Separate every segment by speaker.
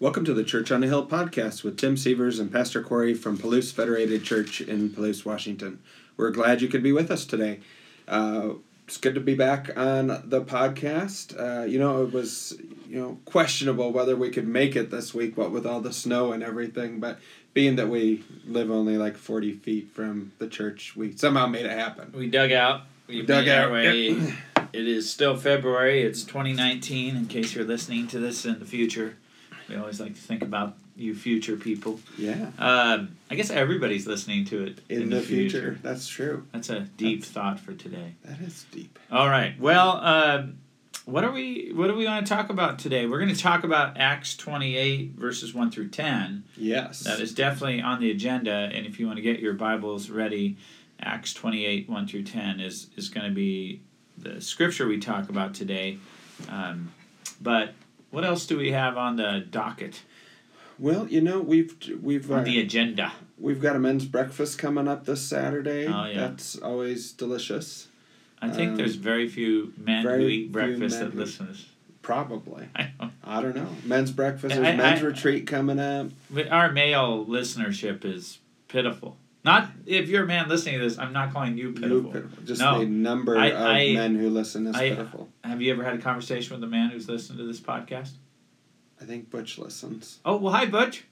Speaker 1: Welcome to the Church on the Hill podcast with Tim Severs and Pastor Corey from Palouse Federated Church in Palouse, Washington. We're glad you could be with us today. Uh, it's good to be back on the podcast. Uh, you know, it was you know questionable whether we could make it this week, what with all the snow and everything. But being that we live only like forty feet from the church, we somehow made it happen.
Speaker 2: We dug out. We,
Speaker 1: dug
Speaker 2: made our
Speaker 1: out.
Speaker 2: way. it is still February. It's 2019. In case you're listening to this in the future, we always like to think about you, future people.
Speaker 1: Yeah,
Speaker 2: Um, I guess everybody's listening to it
Speaker 1: in, the, future. that's true.
Speaker 2: That's a deep thought for today.
Speaker 1: That is deep.
Speaker 2: All right. Well, um, what are we? What do we want to talk about today? We're going to talk about Acts 28 verses 1 through 10.
Speaker 1: Yes,
Speaker 2: That is definitely on the agenda, and if you want to get your Bibles ready, Acts 28 1 through 10 is, is going to be the scripture we talk about today. Um, but what else do we have on the docket,
Speaker 1: Well, you know we've we've
Speaker 2: on
Speaker 1: uh,
Speaker 2: the agenda?
Speaker 1: We've got a men's breakfast coming up this Saturday.
Speaker 2: Oh, yeah.
Speaker 1: That's always delicious.
Speaker 2: I think
Speaker 1: Um,
Speaker 2: there's very few men
Speaker 1: very
Speaker 2: who eat
Speaker 1: few
Speaker 2: breakfast
Speaker 1: men
Speaker 2: that
Speaker 1: who-
Speaker 2: listen to this.
Speaker 1: Probably.
Speaker 2: I don't-
Speaker 1: I don't know. Men's breakfast. There's
Speaker 2: I-
Speaker 1: men's
Speaker 2: I-
Speaker 1: retreat coming up.
Speaker 2: but Our male listenership is pitiful. Not if you're a man listening to this, I'm not calling you pitiful.
Speaker 1: New pitiful. Just
Speaker 2: No.
Speaker 1: the number
Speaker 2: I-
Speaker 1: of
Speaker 2: I-
Speaker 1: men who listen is
Speaker 2: I-
Speaker 1: pitiful.
Speaker 2: Have you ever had a conversation with a man who's listened to this podcast?
Speaker 1: I think Butch listens.
Speaker 2: Oh well, hi Butch.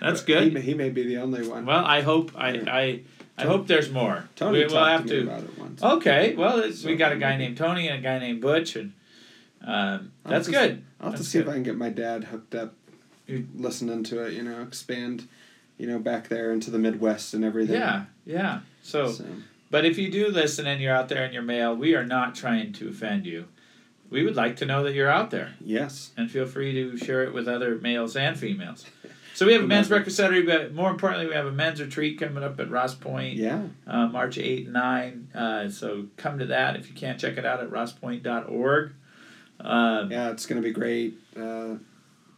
Speaker 2: That's
Speaker 1: But
Speaker 2: good.
Speaker 1: He, may- he may be the only one.
Speaker 2: Well, I hope I
Speaker 1: Yeah.
Speaker 2: I, I
Speaker 1: Tony-
Speaker 2: hope there's more.
Speaker 1: Tony
Speaker 2: we,
Speaker 1: talked
Speaker 2: will have
Speaker 1: to me
Speaker 2: to. Oh,
Speaker 1: about it once.
Speaker 2: Okay, well, it's, we
Speaker 1: So,
Speaker 2: got a guy
Speaker 1: maybe.
Speaker 2: named Tony and a guy named Butch, and um,
Speaker 1: I'll
Speaker 2: that's
Speaker 1: just-
Speaker 2: good.
Speaker 1: I'll have to
Speaker 2: That's
Speaker 1: see if
Speaker 2: good.
Speaker 1: I can get my dad hooked up,
Speaker 2: You-
Speaker 1: listening to it. You know, expand. You know, back there into the Midwest and everything.
Speaker 2: Yeah, yeah. So,
Speaker 1: So,
Speaker 2: but if you do listen and you're out there in your mail, we are not trying to offend you. We would like to know that you're out there,
Speaker 1: yes.
Speaker 2: and feel free to share it with other males and females. So we have a men's
Speaker 1: Whomever.
Speaker 2: breakfast Saturday, but more importantly, we have a men's retreat coming up at Ross Point.
Speaker 1: Yeah.
Speaker 2: uh, March 8 and 9. Uh, so come to that. If you can't, check it out at rosspoint.org. Um,
Speaker 1: Yeah, it's going to be great. Uh,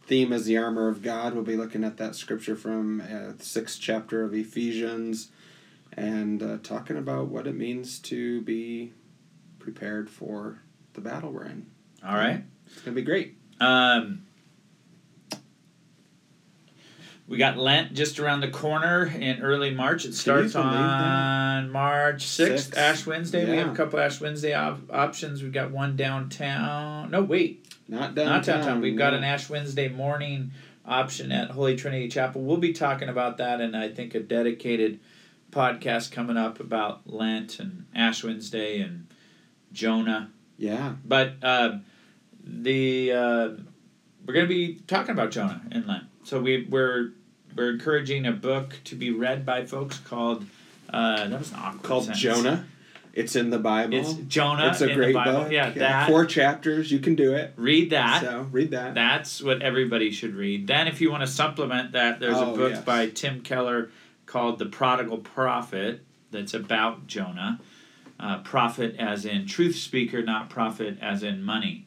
Speaker 1: theme is the armor of God. We'll be looking at that scripture from uh, the sixth chapter of Ephesians and uh, talking about what it means to be prepared for the battle we're in.
Speaker 2: All right.
Speaker 1: It's going to be great.
Speaker 2: Um, we got Lent just around the corner in early March. It starts
Speaker 1: believe that?
Speaker 2: on March 6th,
Speaker 1: Sixth.
Speaker 2: Ash Wednesday. We have
Speaker 1: Yeah.
Speaker 2: a couple Ash Wednesday op- options. We've got one downtown. No, wait.
Speaker 1: Not downtown.
Speaker 2: Not downtown. We've got
Speaker 1: no.
Speaker 2: an Ash Wednesday morning option at Holy Trinity Chapel. We'll be talking about that and I think a dedicated podcast coming up about Lent and Ash Wednesday and Jonah.
Speaker 1: Yeah.
Speaker 2: But um the uh, we're going to be talking about Jonah in Lent. So we we're we're encouraging a book to be read by folks called uh, that was an awkward
Speaker 1: Called
Speaker 2: sentence.
Speaker 1: Jonah. It's in the Bible.
Speaker 2: It's
Speaker 1: It's,
Speaker 2: Jonah.
Speaker 1: a
Speaker 2: in
Speaker 1: great
Speaker 2: the Bible.
Speaker 1: book.
Speaker 2: Yeah, that.
Speaker 1: Four chapters. You can do it.
Speaker 2: read that.
Speaker 1: so read that.
Speaker 2: That's what everybody should read. Then, if you want to supplement that, there's
Speaker 1: Oh,
Speaker 2: a book
Speaker 1: yes.
Speaker 2: by Tim Keller called The Prodigal Prophet that's about Jonah. Uh, prophet as in truth speaker, not prophet as in money.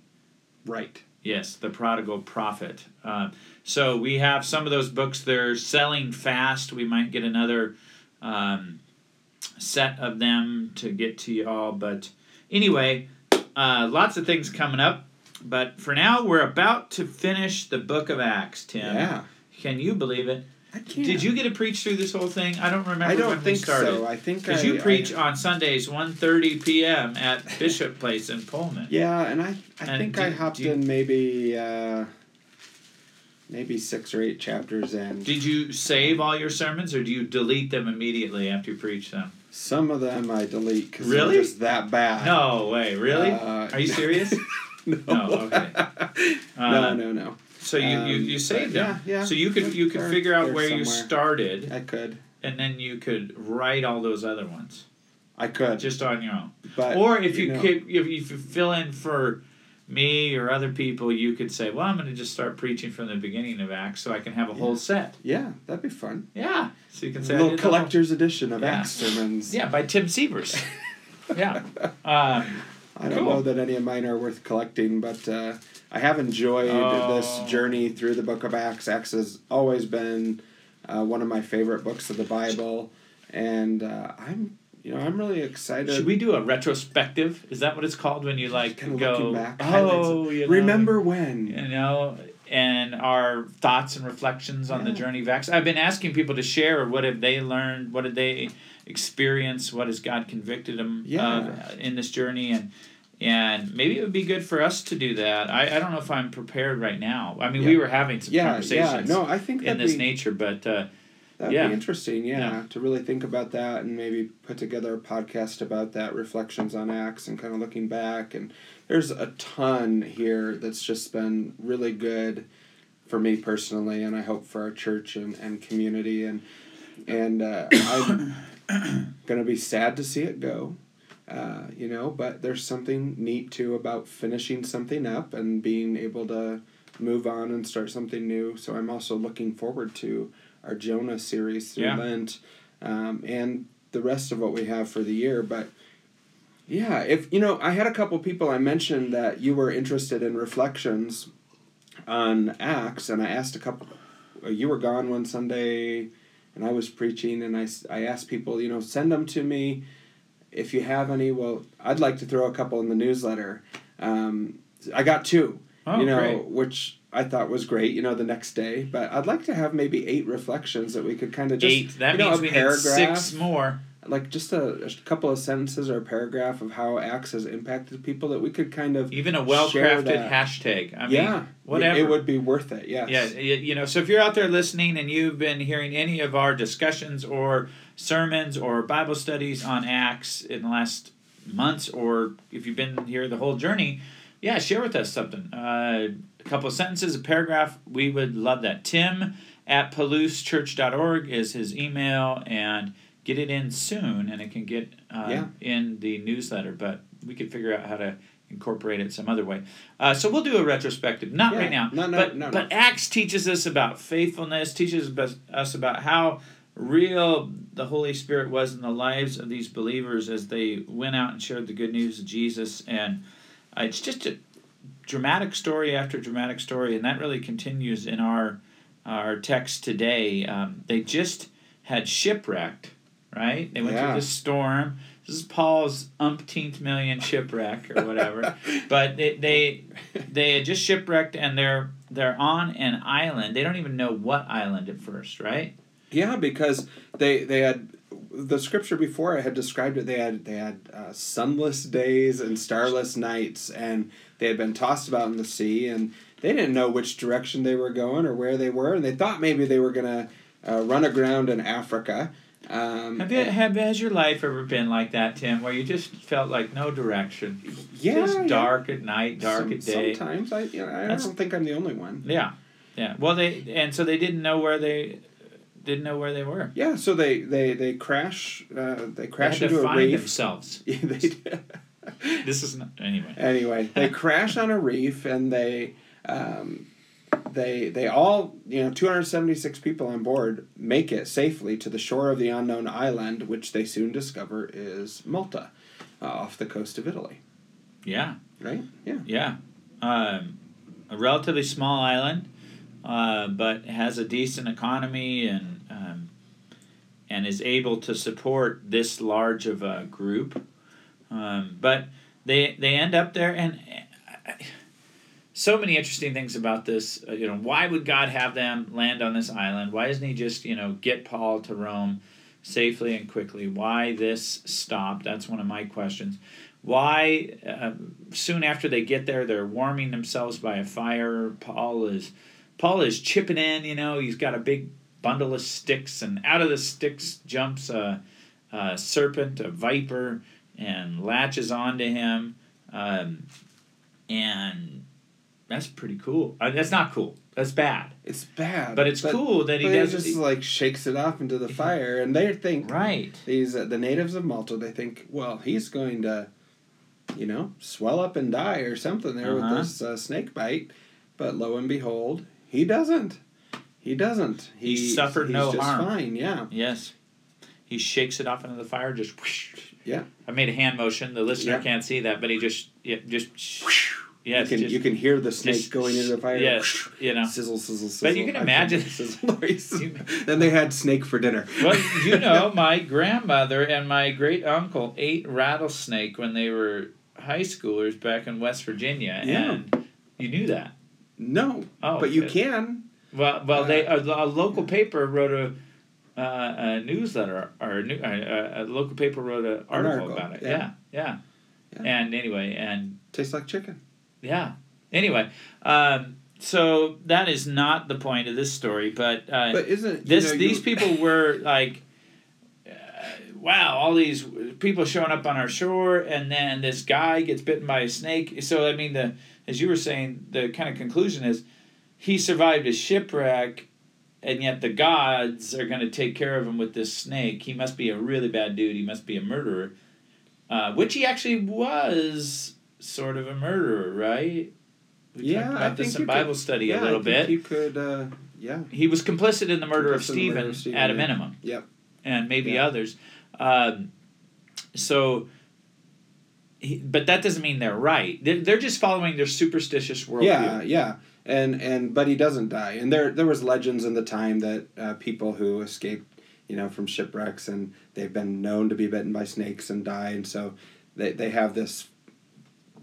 Speaker 1: Right.
Speaker 2: Yes, The Prodigal Prophet. Uh, so, we have some of those books. They're selling fast. We might get another um, set of them to get to y'all. But anyway, uh, lots of things coming up. But for now, we're about to finish the book of Acts, Tim.
Speaker 1: Yeah.
Speaker 2: Can you believe it?
Speaker 1: I can't.
Speaker 2: Did you get to preach through this whole thing? I don't remember
Speaker 1: I don't
Speaker 2: when
Speaker 1: think
Speaker 2: we started.
Speaker 1: so. I think I,
Speaker 2: Because you
Speaker 1: I-
Speaker 2: preach on Sundays 1.30 p.m. at Bishop Place in Pullman.
Speaker 1: Yeah, and I I
Speaker 2: And
Speaker 1: think
Speaker 2: do-
Speaker 1: I hopped
Speaker 2: do you-
Speaker 1: in maybe uh, maybe six or eight chapters in.
Speaker 2: Did you save all your sermons, or do you delete them immediately after you preach them?
Speaker 1: Some of them I delete because
Speaker 2: Really?
Speaker 1: they're just that bad.
Speaker 2: No way, really?
Speaker 1: Uh,
Speaker 2: Are you serious?
Speaker 1: no.
Speaker 2: No, okay.
Speaker 1: no,
Speaker 2: Uh,
Speaker 1: no, no.
Speaker 2: So you, you,
Speaker 1: Um,
Speaker 2: you saved
Speaker 1: but
Speaker 2: them.
Speaker 1: yeah, yeah.
Speaker 2: So you could you could
Speaker 1: They're-
Speaker 2: figure out
Speaker 1: they're
Speaker 2: where you
Speaker 1: somewhere.
Speaker 2: started,
Speaker 1: I could.
Speaker 2: and then you could write all those other ones
Speaker 1: I could.
Speaker 2: just on your own.
Speaker 1: but
Speaker 2: or if you,
Speaker 1: know,
Speaker 2: could, if you fill in for me or other people, you could say, "Well, I'm going to just start preaching from the beginning of Acts, so I can have a whole set."
Speaker 1: Yeah, that'd be fun.
Speaker 2: Yeah. So you can say, I
Speaker 1: little
Speaker 2: did the whole-
Speaker 1: collector's edition of
Speaker 2: Yeah.
Speaker 1: Acts sermons.
Speaker 2: Yeah, by Tim Sievers. yeah. Um,
Speaker 1: I don't
Speaker 2: Cool.
Speaker 1: know that any of mine are worth collecting, but uh, I have enjoyed
Speaker 2: Oh.
Speaker 1: this journey through the Book of Acts. Acts has always been uh, one of my favorite books of the Bible, and uh, I'm you know I'm really excited.
Speaker 2: should we do a retrospective? Is that what it's called when you like
Speaker 1: Kinda looking
Speaker 2: go?
Speaker 1: back, highlights
Speaker 2: oh,
Speaker 1: of-
Speaker 2: you know,
Speaker 1: remember when?
Speaker 2: You know, and our thoughts and reflections on the journey of Acts. I've been asking people to share what have they learned, what did they experience, what has God convicted them
Speaker 1: Yeah.
Speaker 2: of uh, in this journey, and and maybe it would be good for us to do that. I, I don't know if I'm prepared right now. I mean, we
Speaker 1: Yeah.
Speaker 2: were having some
Speaker 1: yeah, yeah.
Speaker 2: conversations
Speaker 1: No, I think
Speaker 2: in
Speaker 1: that'd
Speaker 2: this
Speaker 1: be,
Speaker 2: nature, but uh,
Speaker 1: that'd
Speaker 2: yeah.
Speaker 1: be interesting. Yeah,
Speaker 2: Yeah.
Speaker 1: to really think about that and maybe put together a podcast about that, reflections on Acts, and kind of looking back. And there's a ton here that's just been really good for me personally, and I hope for our church and, and community. And and uh, I'm gonna be sad to see it go. Uh, you know, but there's something neat too about finishing something up and being able to move on and start something new. So I'm also looking forward to our Jonah series through
Speaker 2: Yeah.
Speaker 1: Lent um, and the rest of what we have for the year. But yeah, if you know, I had a couple people I mentioned that you were interested in reflections on Acts, and I asked a couple. uh, You were gone one Sunday, and I was preaching, and I, s- I asked people, you know, send them to me if you have any. Well, I'd like to throw a couple in the newsletter. Um, I got two,
Speaker 2: oh,
Speaker 1: you know,
Speaker 2: great.
Speaker 1: which I thought was great, you know, the next day. But I'd like to have maybe eight reflections that we could kind of just
Speaker 2: eight. That
Speaker 1: you know,
Speaker 2: means
Speaker 1: a
Speaker 2: we need
Speaker 1: paragraph
Speaker 2: six more.
Speaker 1: like just a, a couple of sentences or a paragraph of how Acts has impacted people that we could kind of
Speaker 2: Even a
Speaker 1: Share
Speaker 2: well-crafted
Speaker 1: that.
Speaker 2: hashtag. I mean,
Speaker 1: yeah
Speaker 2: whatever.
Speaker 1: it would be worth it yes
Speaker 2: Yeah, y- you know, so if you're out there listening and you've been hearing any of our discussions or sermons or Bible studies on Acts in the last months, or if you've been here the whole journey, yeah, share with us something. Uh, a couple of sentences, a paragraph. We would love that. Tim at palousechurch.org is his email, and get it in soon, and it can get uh,
Speaker 1: Yeah.
Speaker 2: in the newsletter. But we could figure out how to incorporate it some other way. Uh, so we'll do a retrospective, not
Speaker 1: Yeah.
Speaker 2: right now,
Speaker 1: No, no,
Speaker 2: but
Speaker 1: no, no.
Speaker 2: but Acts teaches us about faithfulness, teaches us- us about how real the Holy Spirit was in the lives of these believers as they went out and shared the good news of Jesus. And uh, it's just a dramatic story after dramatic story, and that really continues in our our text today. Um, they just had shipwrecked, right? They went
Speaker 1: Yeah.
Speaker 2: through this storm. This is Paul's umpteenth million shipwreck or whatever. but they, they they had just shipwrecked and they're they're on an island. They don't even know what island at first, right?
Speaker 1: yeah because they they had the scripture before I had described it they had they had uh, sunless days and starless nights and they had been tossed about in the sea and they didn't know which direction they were going or where they were and they thought maybe they were gonna uh, run aground in Africa um,
Speaker 2: Have you, have has your life ever been like that, Tim, where you just felt like no direction?
Speaker 1: yeah
Speaker 2: just
Speaker 1: yeah.
Speaker 2: dark at night, dark
Speaker 1: Some-
Speaker 2: at day.
Speaker 1: Sometimes I, you know, I
Speaker 2: That's-
Speaker 1: don't think I'm the only one.
Speaker 2: Yeah, yeah. Well, they and so they didn't know where they didn't know where they were.
Speaker 1: Yeah, so they they they crash uh, they
Speaker 2: They had
Speaker 1: crash
Speaker 2: to
Speaker 1: into a
Speaker 2: find
Speaker 1: reef.
Speaker 2: themselves.
Speaker 1: Yeah, they-
Speaker 2: This is not anyway.
Speaker 1: anyway, they crash on a reef and they um, they they all you know 276 people on board make it safely to the shore of the unknown island, which they soon discover is Malta, uh, off the coast of Italy.
Speaker 2: Yeah,
Speaker 1: Right? Yeah.
Speaker 2: yeah. Um, a relatively small island, uh, but has a decent economy and um, and is able to support this large of a group. Um, but they they end up there and. uh, so many interesting things about this. Uh, you know, why would God have them land on this island? Why doesn't He just you know get Paul to Rome safely and quickly? Why this stop? That's one of my questions. Why uh, soon after they get there, they're warming themselves by a fire. Paul is Paul is chipping in. You know, he's got a big bundle of sticks, and out of the sticks jumps a, a serpent, a viper, and latches onto him. Um, and that's pretty cool. Uh, that's not cool. That's bad.
Speaker 1: It's bad,
Speaker 2: But it's cool that
Speaker 1: But
Speaker 2: he
Speaker 1: he
Speaker 2: does
Speaker 1: just like shakes it off into the fire, and they think
Speaker 2: right.
Speaker 1: these uh, the natives of Malta they think well he's going to you know swell up and die or something there
Speaker 2: Uh-huh.
Speaker 1: with this uh, snake bite but lo and behold he doesn't he doesn't
Speaker 2: He suffered
Speaker 1: he's
Speaker 2: no
Speaker 1: just
Speaker 2: harm.
Speaker 1: fine yeah
Speaker 2: Yes. He shakes it off into the fire. Just whoosh.
Speaker 1: Yeah.
Speaker 2: I made a hand motion. The listener
Speaker 1: Yeah.
Speaker 2: can't see that, but he just yeah, just whoosh. Yes.
Speaker 1: you can
Speaker 2: just,
Speaker 1: you can hear the snake
Speaker 2: just-
Speaker 1: going into the fire
Speaker 2: Yes. You know.
Speaker 1: sizzle sizzle sizzle
Speaker 2: But you can
Speaker 1: I
Speaker 2: imagine-
Speaker 1: sizzle noise.
Speaker 2: You-
Speaker 1: then they had snake for dinner
Speaker 2: well, you know, my grandmother and my great uncle ate rattlesnake when they were high schoolers back in West Virginia,
Speaker 1: Yeah.
Speaker 2: and you knew that.
Speaker 1: No,
Speaker 2: Oh,
Speaker 1: but you
Speaker 2: okay.
Speaker 1: can.
Speaker 2: Well, well, they
Speaker 1: Uh,
Speaker 2: a, a local paper wrote a, uh, a newsletter or a, new, uh, a local paper wrote an article,
Speaker 1: article,
Speaker 2: about it.
Speaker 1: yeah.
Speaker 2: Yeah. yeah,
Speaker 1: Yeah.
Speaker 2: And anyway, and
Speaker 1: Tastes like chicken.
Speaker 2: yeah, anyway, um, so that is not the point of this story, but, uh,
Speaker 1: But isn't
Speaker 2: this
Speaker 1: you know,
Speaker 2: these
Speaker 1: you-
Speaker 2: people were like. uh, Wow! All these people showing up on our shore, and then this guy gets bitten by a snake. So I mean, the as you were saying, the kind of conclusion is he survived a shipwreck and yet the gods are going to take care of him with this snake. He must be a really bad dude. He must be a murderer, uh, which he actually was sort of a murderer, right? We
Speaker 1: Yeah,
Speaker 2: talked
Speaker 1: I
Speaker 2: about this
Speaker 1: think
Speaker 2: in
Speaker 1: you could-
Speaker 2: Bible study
Speaker 1: yeah,
Speaker 2: a
Speaker 1: I
Speaker 2: little
Speaker 1: think
Speaker 2: bit.
Speaker 1: You could, uh, yeah.
Speaker 2: He was complicit in the murder of
Speaker 1: Complicit in the murder
Speaker 2: Stephen,
Speaker 1: of Stephen,
Speaker 2: at a
Speaker 1: yeah.
Speaker 2: minimum.
Speaker 1: Yep.
Speaker 2: And maybe
Speaker 1: Yeah.
Speaker 2: others. Um, so, he, but that doesn't mean they're right. They're, they're just following their superstitious worldview.
Speaker 1: Yeah, yeah, and and but he doesn't die, and there there was legends in the time that uh, people who escaped, you know, from shipwrecks and they've been known to be bitten by snakes and die, and so they they have this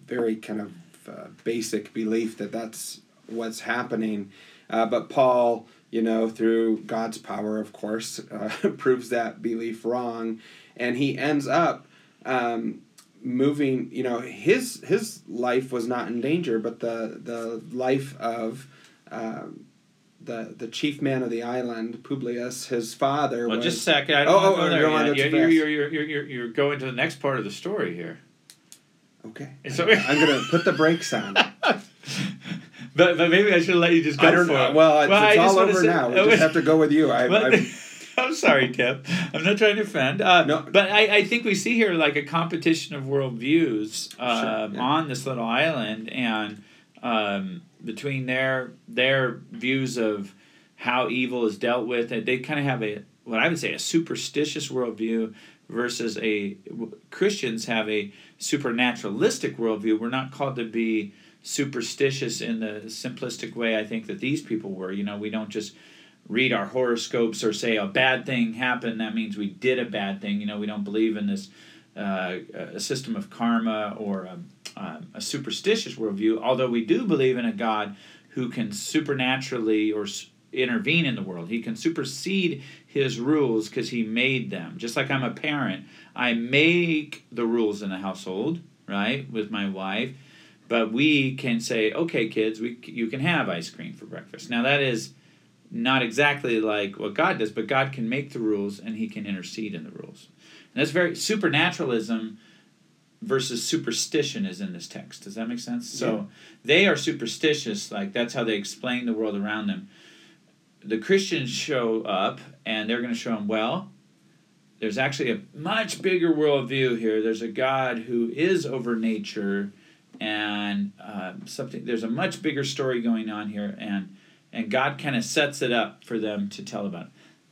Speaker 1: very kind of uh, basic belief that that's what's happening, uh, but Paul, you know, through God's power, of course, uh, proves that belief wrong, and he ends up. Um, moving you know his his life was not in danger but the the life of um, the the chief man of the island publius his father
Speaker 2: Well,
Speaker 1: was
Speaker 2: just a second.
Speaker 1: Oh,
Speaker 2: I don't
Speaker 1: oh,
Speaker 2: wanna go
Speaker 1: oh,
Speaker 2: there
Speaker 1: you're on
Speaker 2: yet.
Speaker 1: the
Speaker 2: You're,
Speaker 1: fast.
Speaker 2: you're, you're, you're, you're, you're going to the next part of the story here.
Speaker 1: okay
Speaker 2: So,
Speaker 1: i'm gonna put the brakes on i
Speaker 2: but, but maybe I should let you just go
Speaker 1: don't
Speaker 2: for
Speaker 1: know
Speaker 2: it.
Speaker 1: well it's,
Speaker 2: I
Speaker 1: it's
Speaker 2: just
Speaker 1: all
Speaker 2: wanna
Speaker 1: over
Speaker 2: say-
Speaker 1: now we just have to go with you I,
Speaker 2: Well,
Speaker 1: I,
Speaker 2: I'm sorry, Tim. I'm not trying to offend. Uh,
Speaker 1: No.
Speaker 2: But I, I think we see here like a competition of worldviews um,
Speaker 1: yeah.
Speaker 2: on this little island and um, between their their views of how evil is dealt with, and they kind of have a what I would say a superstitious worldview versus a Christians have a supernaturalistic worldview. We're not called to be superstitious in the simplistic way I think that these people were. You know, we don't just read our horoscopes or say a bad thing happened. That means we did a bad thing. You know, we don't believe in this uh, a system of karma or a, um, a superstitious worldview. Although we do believe in a God who can supernaturally or s- intervene in the world. He can supersede his rules because he made them. Just like I'm a parent, I make the rules in the household, right, with my wife. But we can say, okay, kids, we c- you can have ice cream for breakfast. Now that is not exactly like what God does, but God can make the rules and He can intercede in the rules. And that's very supernaturalism versus superstition is in this text. Does that make sense? So they are superstitious, like that's how they explain the world around them. The Christians show up and they're going to show them, well, there's actually a much bigger worldview here. There's a God who is over nature, and uh, something. There's a much bigger story going on here, and and God kind of sets it up for them to tell about.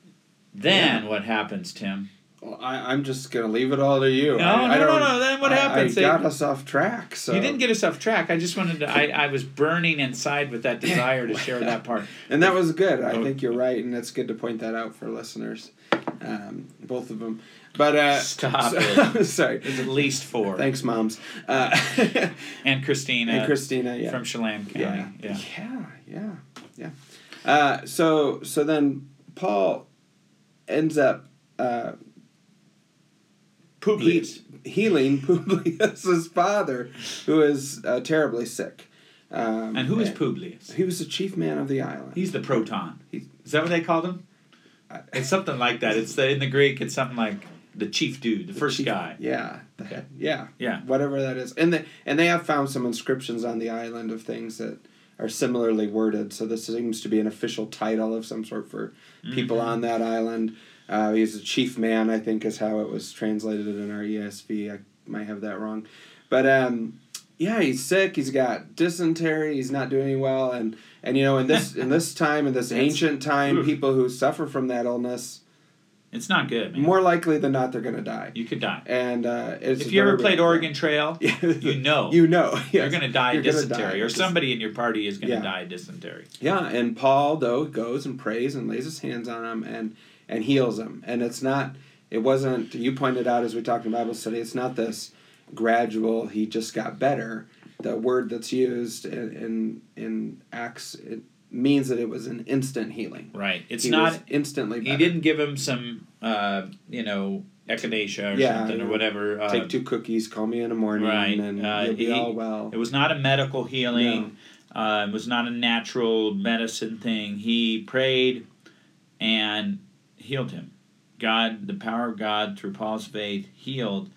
Speaker 2: it. Then what happens, Tim?
Speaker 1: well, I, i'm just gonna leave it all to you
Speaker 2: No,
Speaker 1: I, I
Speaker 2: no, no,
Speaker 1: don't-
Speaker 2: no. Then what
Speaker 1: I-
Speaker 2: happens?
Speaker 1: i
Speaker 2: They-
Speaker 1: got us off track so
Speaker 2: You didn't get us off track. I just wanted to. I, I was burning inside with that desire to share that part.
Speaker 1: And that was good. I
Speaker 2: Oh.
Speaker 1: think you're right, and it's good to point that out for listeners, um, both of them. But uh,
Speaker 2: Stop
Speaker 1: so- sorry.
Speaker 2: It's at least four.
Speaker 1: Thanks, moms. Uh,
Speaker 2: And Christina
Speaker 1: and Christina. Yeah.
Speaker 2: Uh, from Chelan County.
Speaker 1: yeah.
Speaker 2: Yeah.
Speaker 1: Yeah. Yeah. Yeah. Uh, so so then Paul ends up uh, he,
Speaker 2: Publius.
Speaker 1: healing Publius's father, who is uh, terribly sick. Um,
Speaker 2: And who is Publius?
Speaker 1: He was the chief man of the island.
Speaker 2: He's the proton.
Speaker 1: He's-
Speaker 2: Is that what they called him? Uh,
Speaker 1: I-
Speaker 2: It's something like that. It's the, in the Greek. It's something like the chief dude, the, first
Speaker 1: Chief-
Speaker 2: guy.
Speaker 1: Yeah. the-
Speaker 2: Okay.
Speaker 1: Yeah.
Speaker 2: Yeah.
Speaker 1: Whatever that is. And they, and they have found some inscriptions on the island of things that are similarly worded. So this seems to be an official title of some sort for people
Speaker 2: Mm-hmm.
Speaker 1: on that island. Uh, he's a chief man, I think, is how it was translated in our ESV. I might have that wrong. But um, yeah, he's sick. He's got dysentery. He's not doing well. And, and you know, in this in this time, in this
Speaker 2: That's-
Speaker 1: ancient time,
Speaker 2: oof.
Speaker 1: people who suffer from that illness,
Speaker 2: It's not good, man.
Speaker 1: more likely than not, they're going to die
Speaker 2: You could die.
Speaker 1: and uh, it's
Speaker 2: If you ever
Speaker 1: very-
Speaker 2: played Oregon Trail,
Speaker 1: Yeah.
Speaker 2: you know
Speaker 1: you know, yes.
Speaker 2: you're going to die
Speaker 1: You're
Speaker 2: of
Speaker 1: gonna
Speaker 2: dysentery,
Speaker 1: die.
Speaker 2: or somebody in your party is going to
Speaker 1: Yeah.
Speaker 2: die of dysentery.
Speaker 1: Yeah, and Paul though goes and prays and lays his hands on him and and heals him, and it's not. It wasn't. You pointed out as we talked in Bible study, it's not this gradual. He just got better. the word that's used in in, in Acts it means that it was an instant healing.
Speaker 2: Right. It's
Speaker 1: He
Speaker 2: not.
Speaker 1: was instantly.
Speaker 2: He
Speaker 1: Better.
Speaker 2: didn't give him some, uh, you know, echinacea or
Speaker 1: Yeah,
Speaker 2: something
Speaker 1: you
Speaker 2: or
Speaker 1: know,
Speaker 2: whatever. Uh,
Speaker 1: Take two cookies. Call me in the morning,
Speaker 2: Right,
Speaker 1: and
Speaker 2: uh,
Speaker 1: you'll be
Speaker 2: he-
Speaker 1: all well.
Speaker 2: It was not a medical healing. Uh, it was not a natural medicine thing. He prayed and healed him. God, the power of God through Paul's faith, healed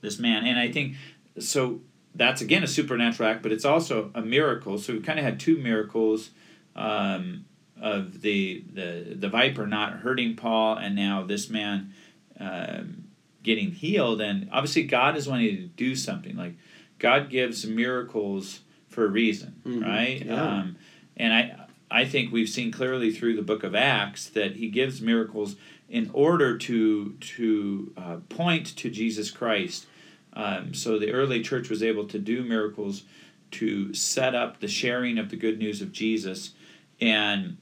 Speaker 2: this man. And I think so. That's again a supernatural act, but it's also a miracle. So we kind of had two miracles um, of the, the the viper not hurting Paul, and now this man um, getting healed. And obviously, God is wanting to do something. Like God gives miracles for a reason,
Speaker 1: Mhm.
Speaker 2: right?
Speaker 1: Yeah.
Speaker 2: Um, and I I think we've seen clearly through the Book of Acts that He gives miracles in order to to uh, point to Jesus Christ. Um, so the early church was able to do miracles to set up the sharing of the good news of Jesus, and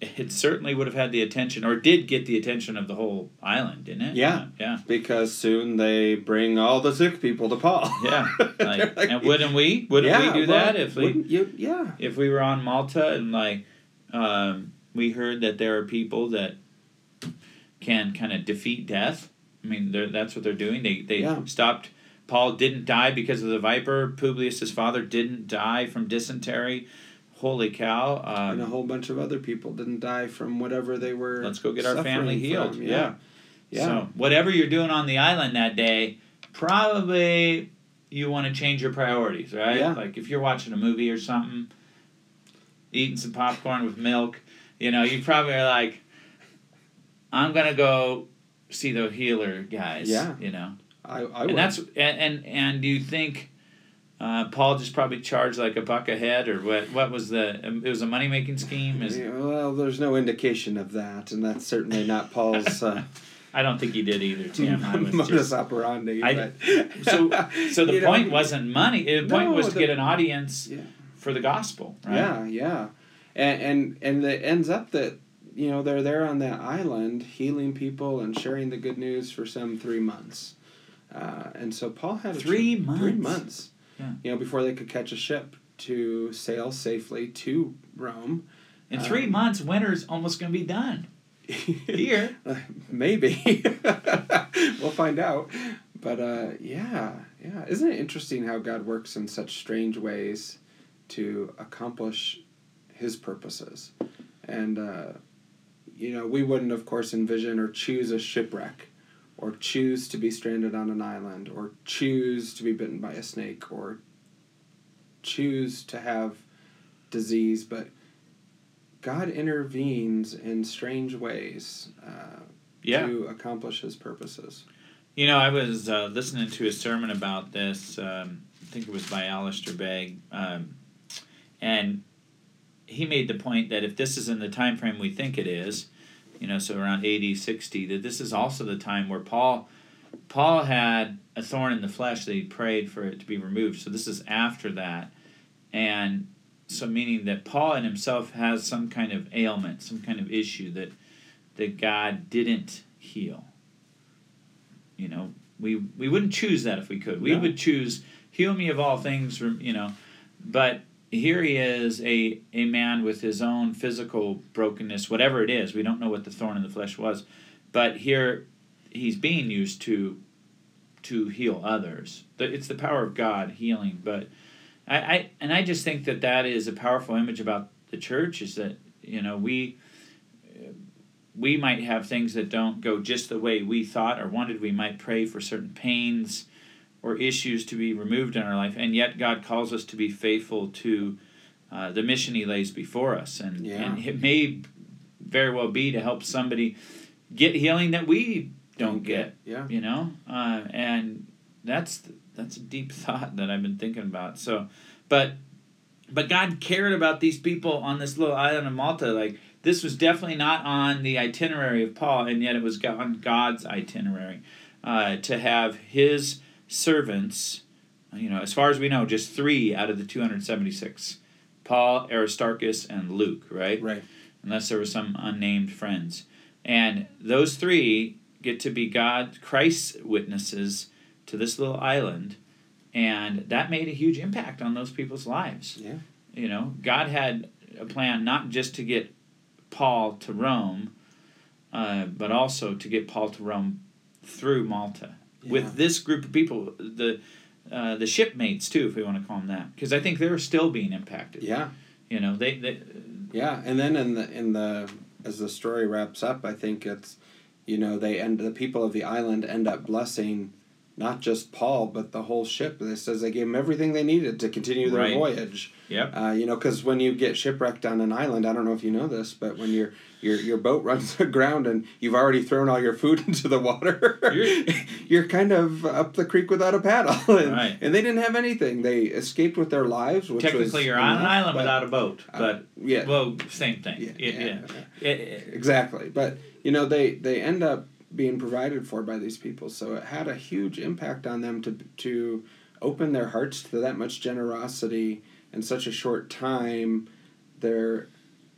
Speaker 2: it certainly would have had the attention, or did get the attention of the whole island, didn't it?
Speaker 1: Yeah.
Speaker 2: yeah,
Speaker 1: Because soon they bring all the sick people to Paul.
Speaker 2: yeah.
Speaker 1: They're
Speaker 2: Like,
Speaker 1: like,
Speaker 2: and wouldn't we? Wouldn't
Speaker 1: yeah,
Speaker 2: we do
Speaker 1: well,
Speaker 2: that if we?
Speaker 1: wouldn't you, yeah.
Speaker 2: if we were on Malta and like um, we heard that there are people that can kind of defeat death. I mean, they're, that's what they're doing. They they
Speaker 1: Yeah.
Speaker 2: stopped. Paul didn't die because of the viper. Publius, his father, didn't die from dysentery. Holy cow!
Speaker 1: and a
Speaker 2: Um,
Speaker 1: whole bunch of other people didn't die from whatever they were.
Speaker 2: Let's go get our
Speaker 1: suffering
Speaker 2: family healed.
Speaker 1: from.
Speaker 2: Yeah.
Speaker 1: yeah.
Speaker 2: So whatever you're doing on the island that day, probably you want to change your priorities, right?
Speaker 1: Yeah.
Speaker 2: Like if you're watching a movie or something, eating some popcorn with milk, you know, you probably are like, I'm gonna go see the healer guys.
Speaker 1: Yeah.
Speaker 2: You know,
Speaker 1: I, I would.
Speaker 2: and that's and and, and do you think? Uh, Paul just probably charged like a buck a head, or what? What was the? um, It was a money making scheme. Is
Speaker 1: Yeah, well, there's no indication of that, and that's certainly not Paul's uh,
Speaker 2: I don't think he did either, Tim. I was
Speaker 1: modus
Speaker 2: just
Speaker 1: operandi.
Speaker 2: I-
Speaker 1: but,
Speaker 2: so so the
Speaker 1: You know,
Speaker 2: point wasn't money the point
Speaker 1: No,
Speaker 2: was to
Speaker 1: the-
Speaker 2: get an audience
Speaker 1: Yeah.
Speaker 2: for the gospel right
Speaker 1: Yeah, yeah, and and and it ends up that you know they're there on that island healing people and sharing the good news for some three months, uh, and so Paul had a
Speaker 2: Three
Speaker 1: trip-
Speaker 2: months?
Speaker 1: three months,
Speaker 2: Yeah.
Speaker 1: you know, before they could catch a ship to sail safely to Rome.
Speaker 2: in three
Speaker 1: Um,
Speaker 2: months winter's almost going to be done here
Speaker 1: Maybe. we'll find out. But uh, yeah, yeah. Isn't it interesting how God works in such strange ways to accomplish his purposes? And, uh, you know, we wouldn't, of course, envision or choose a shipwreck or choose to be stranded on an island or choose to be bitten by a snake or choose to have disease, but God intervenes in strange ways uh,
Speaker 2: yeah
Speaker 1: to accomplish His purposes.
Speaker 2: you know i was uh, listening to a sermon about this um, i think it was by Alistair begg um, and he made the point that if this is in the time frame we think it is you know so around 80 60 that this is also the time where paul paul had a thorn in the flesh that he prayed for it to be removed so this is after that and so meaning that paul in himself has some kind of ailment some kind of issue that that god didn't heal you know we we wouldn't choose that if we could we
Speaker 1: No.
Speaker 2: would choose heal me of all things from you know but here he is a a man with his own physical brokenness whatever it is we don't know what the thorn in the flesh was but here he's being used to to heal others The- it's the power of god healing but I, I and i just think that that is a powerful image about the church is that you know we we might have things that don't go just the way we thought or wanted we might pray for certain pains or issues to be removed in our life and yet god calls us to be faithful to uh, the mission he lays before us and,
Speaker 1: Yeah.
Speaker 2: and it may very well be to help somebody get healing that we don't get
Speaker 1: Yeah.
Speaker 2: you know uh, and that's that's a deep thought that i've been thinking about so but but god cared about these people on this little island of malta like this was definitely not on the itinerary of paul and yet it was go- on god's itinerary uh, to have his servants you know as far as we know just three out of the 276 paul aristarchus and luke right
Speaker 1: Right.
Speaker 2: unless there were some unnamed friends. And those three get to be God, Christ's witnesses to this little island, and that made a huge impact on those people's lives.
Speaker 1: Yeah.
Speaker 2: You know, God had a plan not just to get Paul to Rome, uh, but also to get Paul to Rome through Malta
Speaker 1: Yeah.
Speaker 2: with this group of people, the uh, the shipmates too, if we want to call them that, because I think they're still being impacted.
Speaker 1: Yeah.
Speaker 2: You know, they, they
Speaker 1: Yeah, and then in the in the as the story wraps up, I think it's you know they end the people of the island end up blessing not just Paul but the whole ship. It says they gave him everything they needed to continue their
Speaker 2: Right.
Speaker 1: voyage.
Speaker 2: yep.
Speaker 1: Uh, you know, because when you get shipwrecked on an island, I don't know if you know this, but when your your your boat runs aground and you've already thrown all your food into the water,
Speaker 2: You're-
Speaker 1: you're, kind of up the creek without a paddle. And,
Speaker 2: Right.
Speaker 1: and they didn't have anything. They escaped with their lives, which was
Speaker 2: Technically, you're on an
Speaker 1: enough,
Speaker 2: island
Speaker 1: but-
Speaker 2: without a boat, but
Speaker 1: yeah.
Speaker 2: well, same thing.
Speaker 1: Yeah,
Speaker 2: It-
Speaker 1: yeah,
Speaker 2: yeah. It- it-
Speaker 1: Exactly. But you know they they end up being provided for by these people, so it had a huge impact on them to to open their hearts to that much generosity in such a short time. There,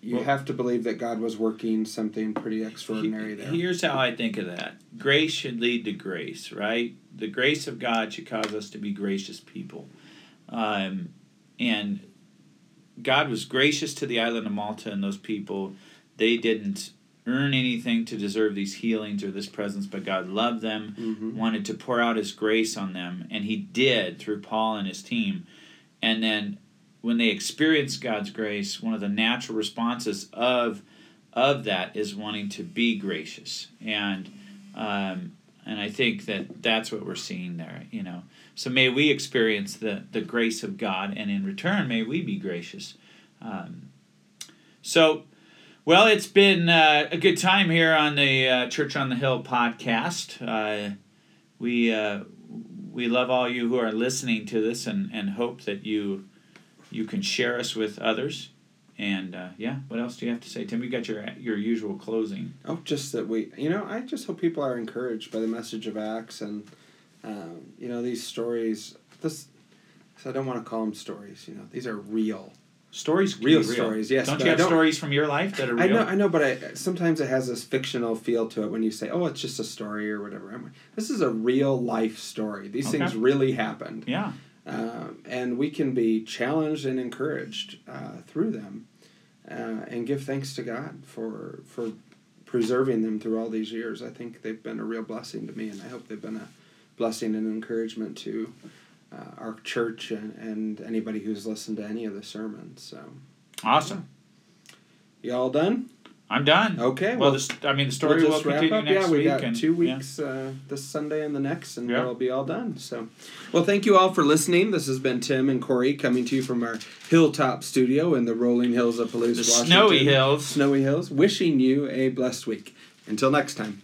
Speaker 1: you
Speaker 2: Well-
Speaker 1: have to believe that God was working something pretty extraordinary there.
Speaker 2: Here's how I think of that. Grace should lead to grace, right? The grace of God should cause us to be gracious people. Um, and God was gracious to the island of Malta and those people. They didn't earn anything to deserve these healings or this presence, but God loved them,
Speaker 1: Mhm.
Speaker 2: wanted to pour out his grace on them, and he did through Paul and his team. And then when they experience God's grace, one of the natural responses of of that is wanting to be gracious and um, and I think that that's what we're seeing there you know so may we experience the the grace of God and in return may we be gracious um, so well it's been uh, a good time here on the uh, Church on the Hill podcast uh, we uh, we love all you who are listening to this and, and hope that you you can share us with others and uh, yeah, what else do you have to say, Tim? You got your your usual closing.
Speaker 1: Oh, just that we, you know, I just hope people are encouraged by the message of Acts and, um, you know, these stories. This, I don't want to call them stories. You know, these are real.
Speaker 2: Stories, can
Speaker 1: Real
Speaker 2: be
Speaker 1: stories, yes,
Speaker 2: Don't
Speaker 1: but I
Speaker 2: you have
Speaker 1: don't-
Speaker 2: stories from your life that are real?
Speaker 1: I know, I know, but I, sometimes it has this fictional feel to it when you say, "Oh, it's just a story or whatever." I'm like, this is a real life story. These
Speaker 2: Okay.
Speaker 1: things really happened,
Speaker 2: Yeah,
Speaker 1: um, and we can be challenged and encouraged uh, through them, uh, and give thanks to God for for preserving them through all these years. I think they've been a real blessing to me, and I hope they've been a blessing and encouragement to uh, our church and, and anybody who's listened to any of the sermons. So,
Speaker 2: awesome.
Speaker 1: you all done?
Speaker 2: I'm done.
Speaker 1: Okay.
Speaker 2: Well, the, st- I mean, the story
Speaker 1: We'll
Speaker 2: will
Speaker 1: just wrap
Speaker 2: continue
Speaker 1: up.
Speaker 2: next
Speaker 1: yeah, we
Speaker 2: week.
Speaker 1: got
Speaker 2: and,
Speaker 1: two
Speaker 2: yeah.
Speaker 1: weeks uh, this Sunday and the next, and
Speaker 2: Yeah.
Speaker 1: we'll be all done. So, well, thank you all for listening. This has been Tim and Corey coming to you from our hilltop studio in the rolling hills of Palouse,
Speaker 2: The
Speaker 1: Washington.
Speaker 2: snowy hills.
Speaker 1: Snowy hills. Wishing you a blessed week. Until next time.